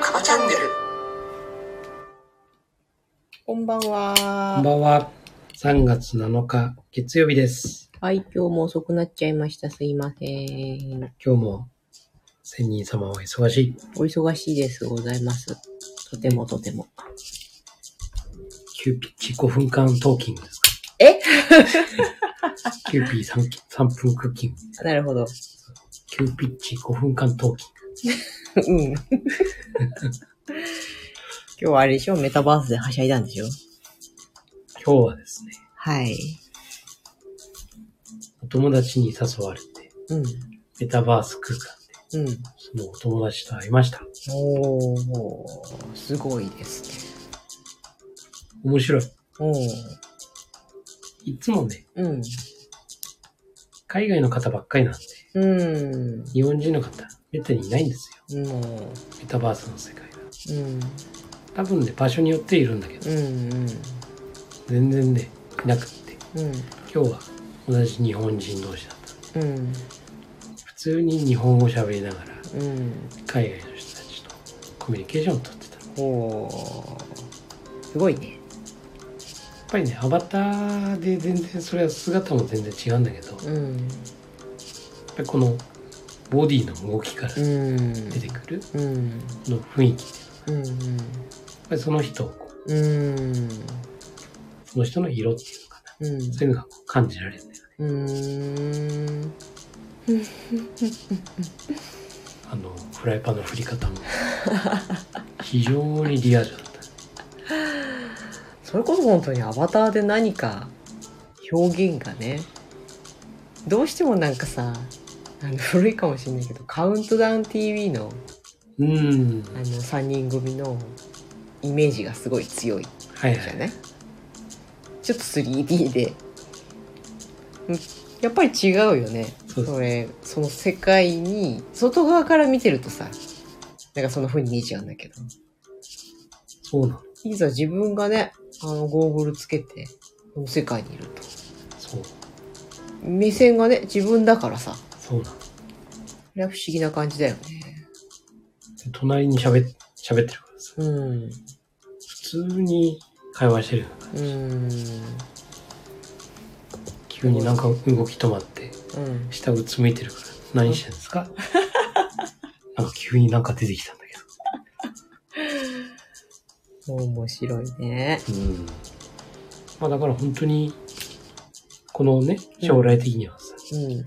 カバチャンネルこんばんこんは。ばんは。3月7日、月曜日です。はい、今日も遅くなっちゃいました。すいません。今日も、仙人様は忙しい。お忙しいです。ございます。とてもとても。キューピッチ5分間トーキングですかえ キューピー 3, 3分クッキング。なるほど。キューピッチ5分間トーキンうん。今日はあれでしょメタバースではしゃいだんでしょグ。今日はですね、はい。お友達に誘われて、うん。メタバース空間で、うん。そのお友達と会いました。おー、すごいですね。面白い。おー。いつもね、うん。海外の方ばっかりなんで、うん。日本人の方、めったにいないんですよ。もメタバースの世界が。う、うん。多分ね、場所によっているんだけど、うん。うん。全然ね、いなくって。うん。今日は同じ日本人同士だったんでうん。普通に日本語喋りながらうん。海外の人たちとコミュニケーションを取ってたやおー。すごいね。っぱりねアバターで全然それは姿も全然違うんだけどやっうん。ぱりこのボディの動きからう出ん。てくるうん。この雰囲気っていううのはん。やっぱりその人をこううん。その人の色っていうのかなうん。うんそういうのがこう感じられるんだよねうーん。あのフライパンの振り方も非常にリアルだったそれこそ本当にアバターで何か表現がね、どうしてもなんかさ、あの古いかもしれないけど、カウントダウン TV のうんあの3人組のイメージがすごい強いはいはじゃいないちょっと 3D で。うんやっぱり違うよね。そうですそれその世界に外側から見てるとさなんかそんな風に見えちゃうんだけどそうなのいざ自分がねあのゴーグルつけてこの世界にいるとそう目線がね自分だからさそうなのこれは不思議な感じだよねで隣に喋っ喋ってるからさうん普通に会話してるような感うじ、ん急になんか動き止まってうん下うつむいてるから何してるんです かなんか急になんか出てきたんだけ面白いねどうんまあだから本当にこのね将来的にはさ、うん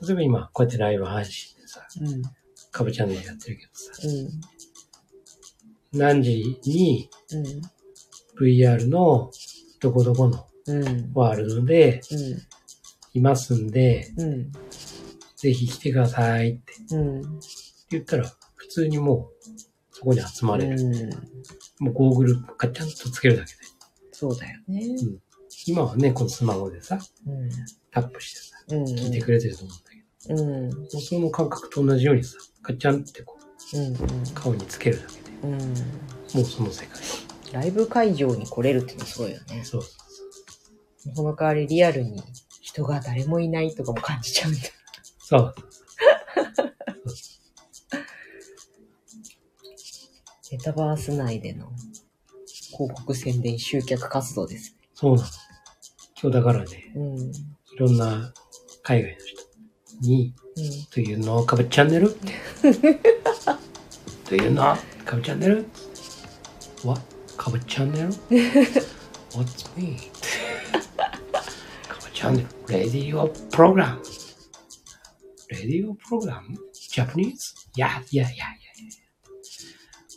例えば今こうやってライブ配信でさうんカブチャンネルやってるけどさうん何時にうん VR のどこどこのうんワールドでうんいますんでうんぜひ来てくださいってうん言ったら普通にもうそこに集まれる、うんもうゴーグルガチャンとつけるだけで。そうだよね今はね、このスマホでさ、うんタップしてさ、うん聞いてくれてると思うんだけど、うんうんもうその感覚と同じようにさ、ガチャンってこう、うん顔につけるだけで、うん、もうその世界。ライブ会場に来れるっていうのはすごいよね。そうそうそう。その代わりリアルに人が誰もいないとかも感じちゃうんだ。そうメタバース内での広告宣伝集客活動です。そうなの。今日だからね、うん。うん。いろんな海外の人に、というの、かぶチャンネルというの、かぶチャンネル ?What? かぶチャンネル ?What's me? かぶチャンネル ?Radio program? Radio program? Japanese? Yeah, yeah, yeah, yeah.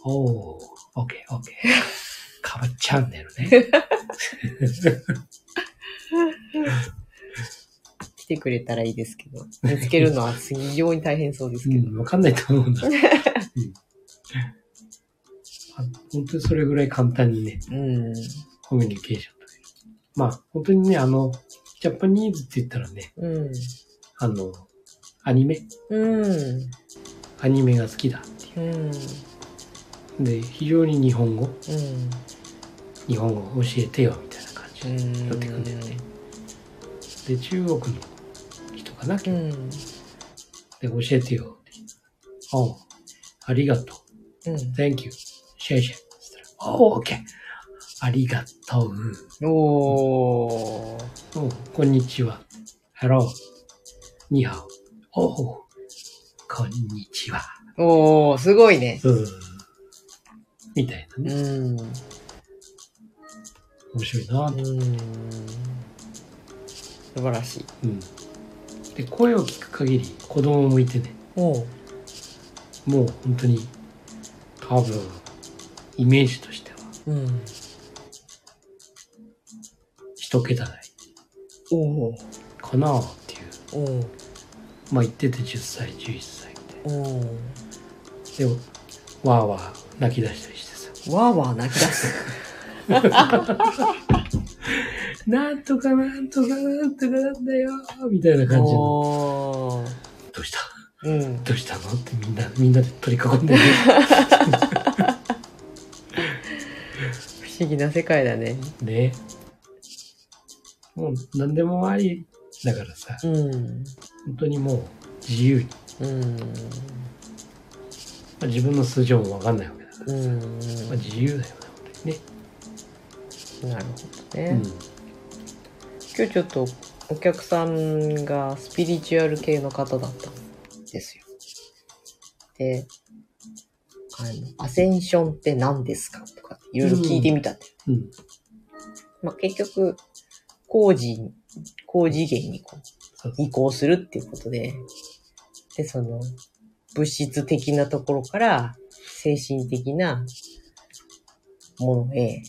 Oh, okay, okay. かぶチャンネルね。来てくれたらいいですけど、見つけるのは非常に大変そうですうけど。 ん、わかんないと思うんだ。うんあ本当にそれぐらい簡単にね、うん。コミュニケーションという。まあ、本当にね、あの、ジャパニーズって言ったらね、うん。あの、アニメ、うん。アニメが好きだっていうん。う。で、非常に日本語、うん。日本語を教えてよ、みたいな感じうにん。なってくんだよね。で、中国の人かな、うん。で、教えてよって。ああ、ありがとう。う Thank you. シェイシェイ。そしたら、おー、OK。ありがとう。ん。おー。おーこんにちは。Hello. にはお。おー、こんにちは。おー、すごいね。うん。みたいなうね。ん。うん。面白いなと。素晴らしい。うん。で、声を聞く限り、子供もいてね、おー。もう本当に、多分、イメージとしては、うん。一桁台おー。かなっていう。おー。まあ言ってて10歳、11歳みたいな。おー。でも、わーわー泣き出したりしてさ、わーわー泣き出す。なんとかなんとかなんとかなんだよーみたいな感じの、おー。どうしたうん。どうしたのってみんな、みんなで取り囲んでる。不思議な世界だね。ね。もう何でもありだからさ、うん。本当にもう自由に、まうん。あ、自分の素性もわかんないわけだからうさ、ん。まあ、自由だよね、本当にね。なるほどね。今日ちょっとお客さんがスピリチュアル系の方だったんですよ。で、あの、アセンションって何ですかとかいろいろ聞いてみたって。うん。うん。まあ、結局、高次、高次元にこうそう移行するっていうことで、で、その、物質的なところから精神的なものへ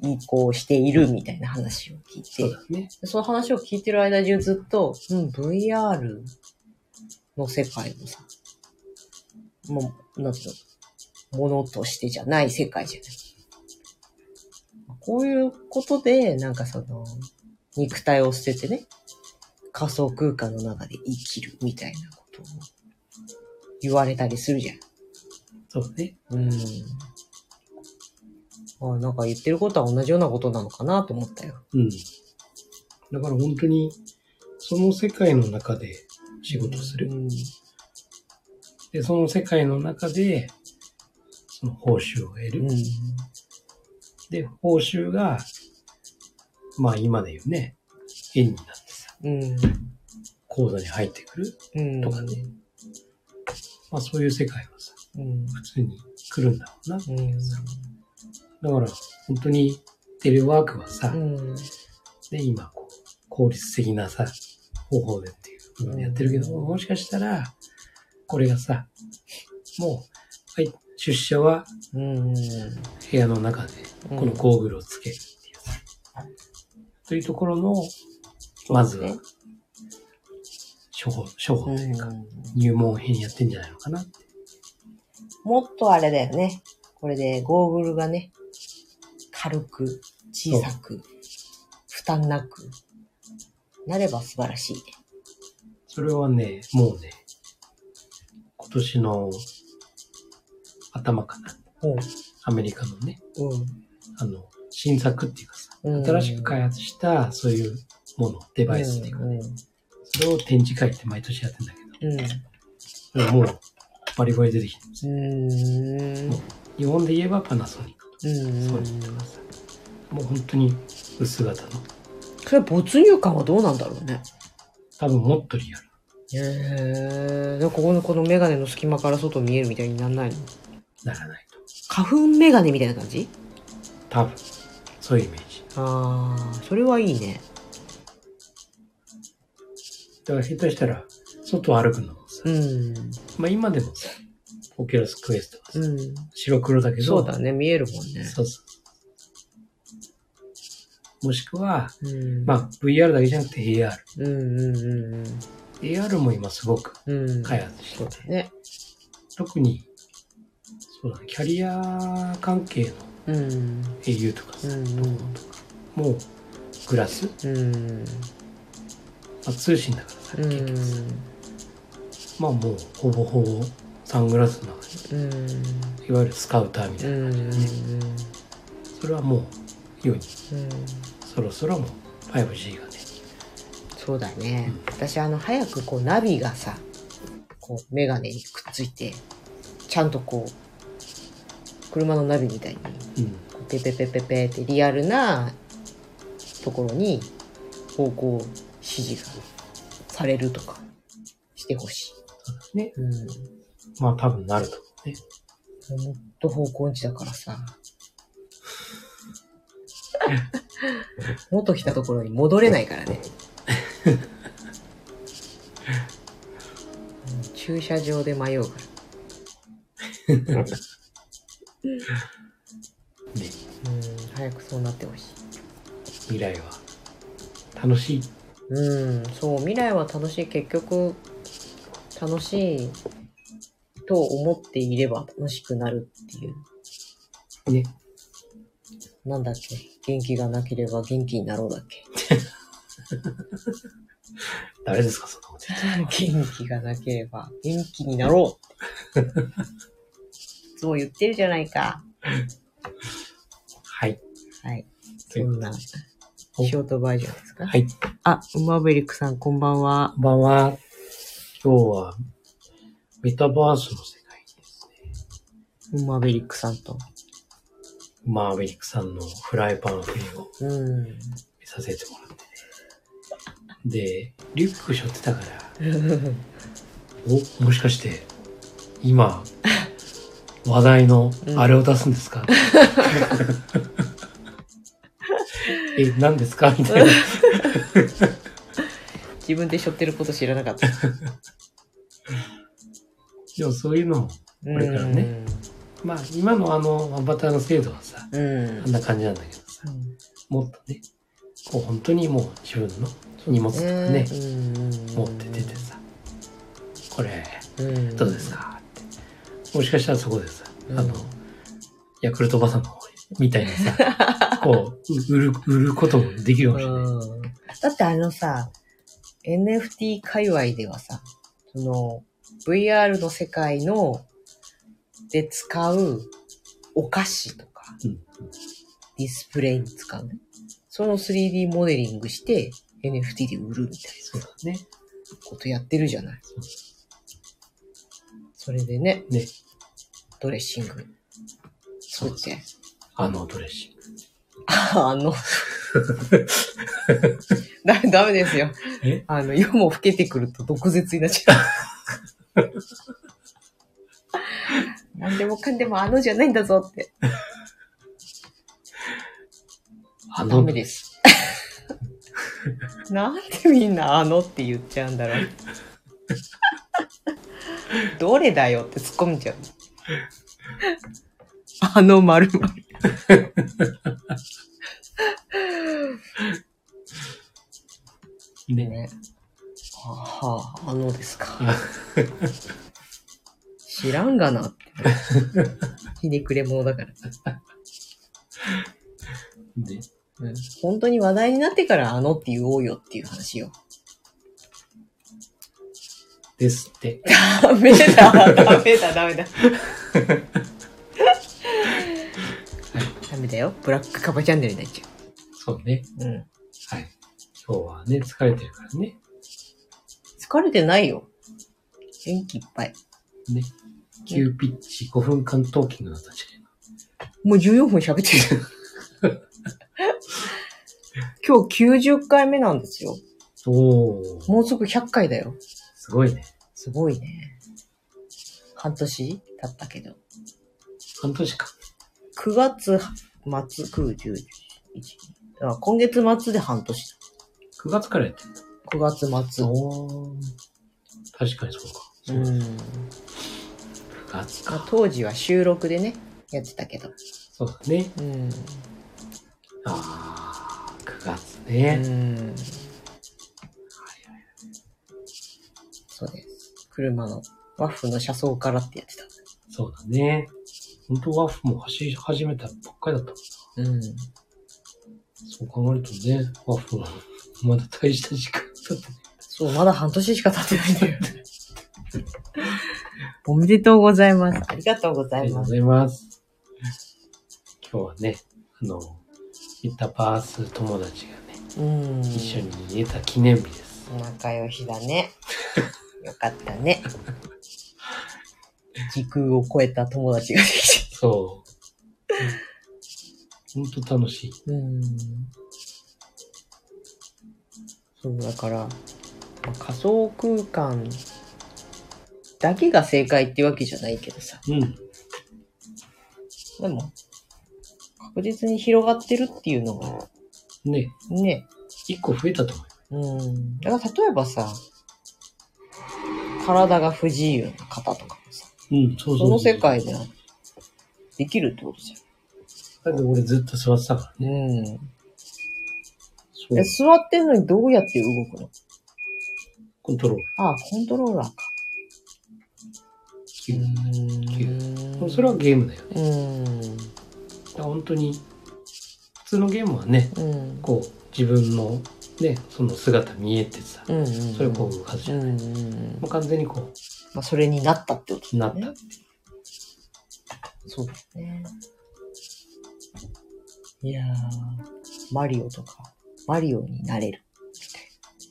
移行しているみたいな話を聞いて、そうだね。でその話を聞いてる間中ずっと、うん、VR の世界のさ、もう、なんていうの、ものとしてじゃない世界じゃない。こういうことで、なんかその、肉体を捨ててね、仮想空間の中で生きるみたいなことを言われたりするじゃん。そうね。うん。あなんか言ってることは同じようなことなのかなと思ったよ。うん。だから本当に、その世界の中で仕事する。うんで、その世界の中で、その報酬を得る。うんで、報酬が、まあ今で言うね、円になってさ、うん。口座に入ってくる。うん。とかねまあそういう世界はさ、うん。普通に来るんだろうな。うん。だから本当にテレワークはさ、うん。ね、今こう、効率的なさ、方法でっていう部分でやってるけども、うんもしかしたら、これがさ、もう、はい、出社はうん。部屋の中で、このゴーグルをつけるっていうさ、というところの、まずはそう、処方、処方というか、うん入門編やってんじゃないのかなって。もっとあれだよね。これでゴーグルがね、軽く、小さく、負担なく、なれば素晴らしいね。それはね、もうね、今年の頭かな。アメリカのね、あの、新作っていうかさ、うん新しく開発した、そういうもの、デバイスっていうか、うん。それを展示会って毎年やってんだけど、うん。それもう、バリバリ出てきてるんですよ。うん。日本で言えばパナソニックとうか、んソニーとかさ、もう本当に薄型の、それ没入感はどうなんだろうね。多分もっとリアル。へえ。ここのこのメガネの隙間から外見えるみたいになんないのならないと。花粉メガネみたいな感じ多分、そういうイメージ。ああ、それはいいね。だから下手したら、外を歩くのもさ、うん。まあ今でもさ、オキュラスクエストはさ、うん。白黒だけど、そうだね、見えるもんね。そうそう。もしくは、うん。まあ VR だけじゃなくて AR。うんうんうん AR も今すごくうん。うん。開発してて、ね。特に、そうだね、キャリア関係のうん。 au とかさ、うんドコモとか、もうグラス、まうん。あ、通信だからさ、う結ん局さ、まあもうほぼほぼサングラスの中うん。に、いわゆるスカウターみたういな、ん。それはもう、よううに、ん。そろそろもう 5G がね、そうだね。私、あの、早くこう、ナビがさ、こう、メガネにくっついて、ちゃんとこう、車のナビみたいにうん。ペペペペペってリアルなところに方向指示がされるとかしてほしい。そうだね。うん。まあ多分なると思うね。ほんと方向音痴だからさ。元来たところに戻れないからね。うん駐車場で迷うから。ね。うん、早くそうなってほしい。未来は楽しい。うん、そう、未来は楽しい。結局、楽しいと思っていれば楽しくなるっていう。ね。なんだっけ元気がなければ元気になろうだっけ誰ですか、そんなこと言って元気がなければ元気になろうって。 そう言ってるじゃないか。はい。はい。とそいうんこな、とでショートバージョンですか、はい。あ、マーベリックさんこんばんは。こんばんは。今日は、メタバースの世界ですね。マーベリックさんと。マーヴェリックさんのフライパンの件をうん。 見させてもらってね。で、リュック背負ってたから、お、もしかして、今、話題のあれを出すんですか、え、何ですかみたいな。自分で背負ってること知らなかった。でもそういうのも、これからねまあ今のあのアバターの制度はさ、うん。うんあんな感じなんだけどさ、もっとね、こう本当にもう自分の荷物とかね、持って出てさ、これ、どうですかかって。もしかしたらそこでさ、うんあの、ヤクルトバさんの方に、みたいな さ、こう、う売る、売ることもできるかもしれない。だってあのさ NFT 界隈ではさその VR の世界ので使うお菓子とか、うんディスプレイに使うねその 3D モデリングして NFT で売るみたいそうだね。なことやってるじゃないそうそれでねねドレッシング作ってあのドレッシング。あ の、だダメですよえ。あの、夜も更けてくると毒舌になっちゃ う。何でもかんでもあのじゃないんだぞって。あダのメです。 なんでみんなあのって言っちゃうんだ ろう。どれだよって突っ込んじゃう。あの丸々。ね。ね。はあ、あのですか あ。知らんがな って。ひねくれ者だから。で、うん。本当に話題になってからあのって言おうよっていう話よ。ですって。 ダメだ、ダメだ、ダメだ。ダメだよ。ブラックカバチャンネルになっちゃそうね。う。うん。はい。今日はね、疲れてるからね。疲れてないよ。元気いっぱい。ね。急ピッチ5分間トーキングだったじもう14分喋ってる。今日90回目なんですよ。ゃん。おー、もうすぐ100回だよ。すごいね。すごいね。半年経ったけど。半年か。 9月末、9、10、11あ。今月末で半年だ。 9月からやってんだ。 9月末。おー。確かにそうか。そううん。 9月まあか。当時は収録でね、やってたけど。そうだね。うん。あー、9月うね。ん。そうです。車の、ワッフの車窓からってやってた。そうだね。本当ワッフも走り始めたばっかりだったもんうな。ん。そう考えるとね、ワッフはまだ大した時間だったね。そう、まだ半年しか経ってないんだよ。 おめでとうございます。ありがとうごあざりいがとうまごす。ざいます。今日はね、あの、メタバース友達がね、うん。一緒に言えた記念日です。仲良しだね。 よかったね。時空を超えた友達ができて。そう。 ほんと楽しい。うん。そう、だから、まあ仮想空間だけが正解ってわけじゃないけどさ。うん。でも、確実に広がってるっていうのが、ね、ね。一個増えたと思う。うん。だから例えばさ、体が不自由な方とかもさ、うん、そうそうそそうの世界でできるってことじだって俺ずっと座ってたからゃん。うん。ね。そうえ、。座ってんのにどうやって動くのコントロール。ああ、コントローラーか。キューうんそれはゲームだよね。うん。だから本当に、普通のゲームはね、うん。こう、自分のね、その姿見えてさ、うん。それをこう動かすじうゃん。ん。もうんうんう。完全にこまあ、それになったってことう、なだっねた。。そうだね。いやー、マリオとか、マリオになれる。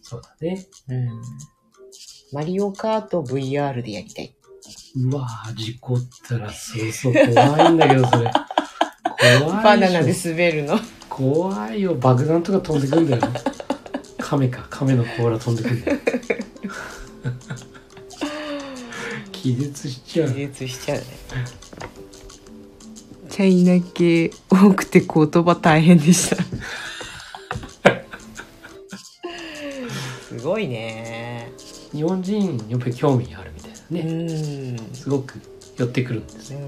そうだね。うん。マリオカート VR でやりたい。うわぁ、事故ったらそうそう怖いんだけど、それ。怖バいナナででしょ。滑るの。怖いよ。爆弾とか飛んでくんだよ。 亀か、亀の甲羅飛んでくんだ よ。気絶しちゃう。術しちゃうね。チャイナ系多くて言葉大変でした。すごいね。日本人やっぱり興味あるみたいなね、ん。すごく寄ってくるんですね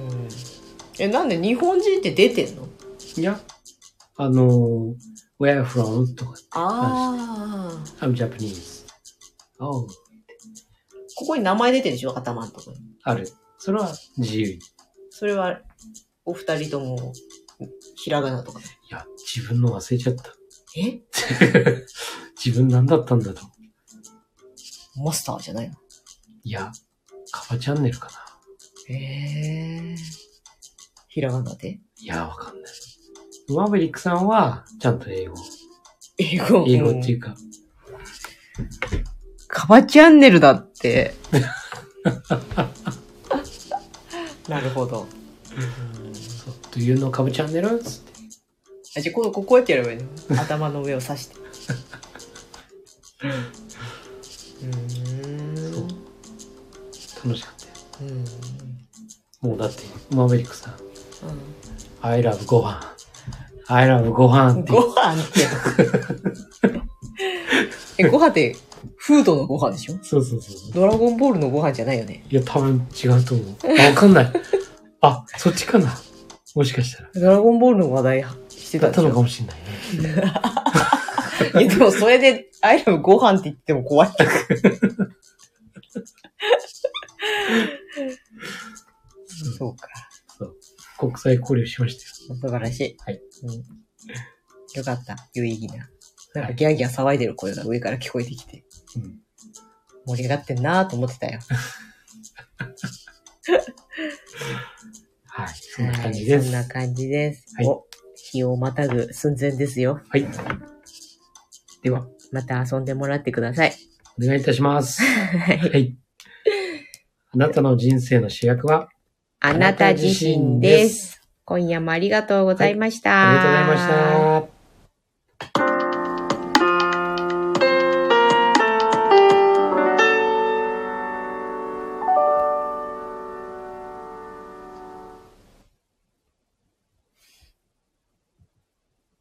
え、なんで日本人って出てんのいやあのー「Where from?」とかああ。 「I'm Japanese」oh, ここに名前出てるでしょ頭のところに。あるそれは自由いそれは、お二人とも、ひらがなとか。や自分の忘れちゃった え自分何だったんだとマスターじゃないのいやカバチャンネルかなへえ。ひらがなでいやわかんないマーベリックさんはちゃんと英語英語英語っていうか、カバチャンネルだって。 なるほど。そう「Do you know カバチャンネル?」っつってあじゃあ、このここうやってやればいいの頭の上を刺して。うんそう楽しかった ようん。もうだってマーベリックさんう I love ご飯。I love ご飯っん。て言う。ご飯って。え、ご飯って、フードのご飯でしょそうそうそう。ドラゴンボールのご飯じゃないよね。いや、多分違うと思う。わかんない。 あ、そっちかな。もしかしたら。ドラゴンボールの話題してだたっでしたのかょもしれないね。いや、でもそれで、アイラブご飯って言っても怖い。そうか。国際交流しましたよ。素晴らしい。はいうん。よかった。有意義な。なんはかいギャーギャー騒いでる声が上から聞こえてきて、うん盛り上がってんなーと思ってたよ。はい。そんな感じではいそんす。な感じです。はいお、日をまたぐ寸前ですよ。はい。では、また遊んでもらってください。お願いいたします。はい。あなたの人生の主役は、あなた自身です。今夜もありがとうございました。ありがとうございました。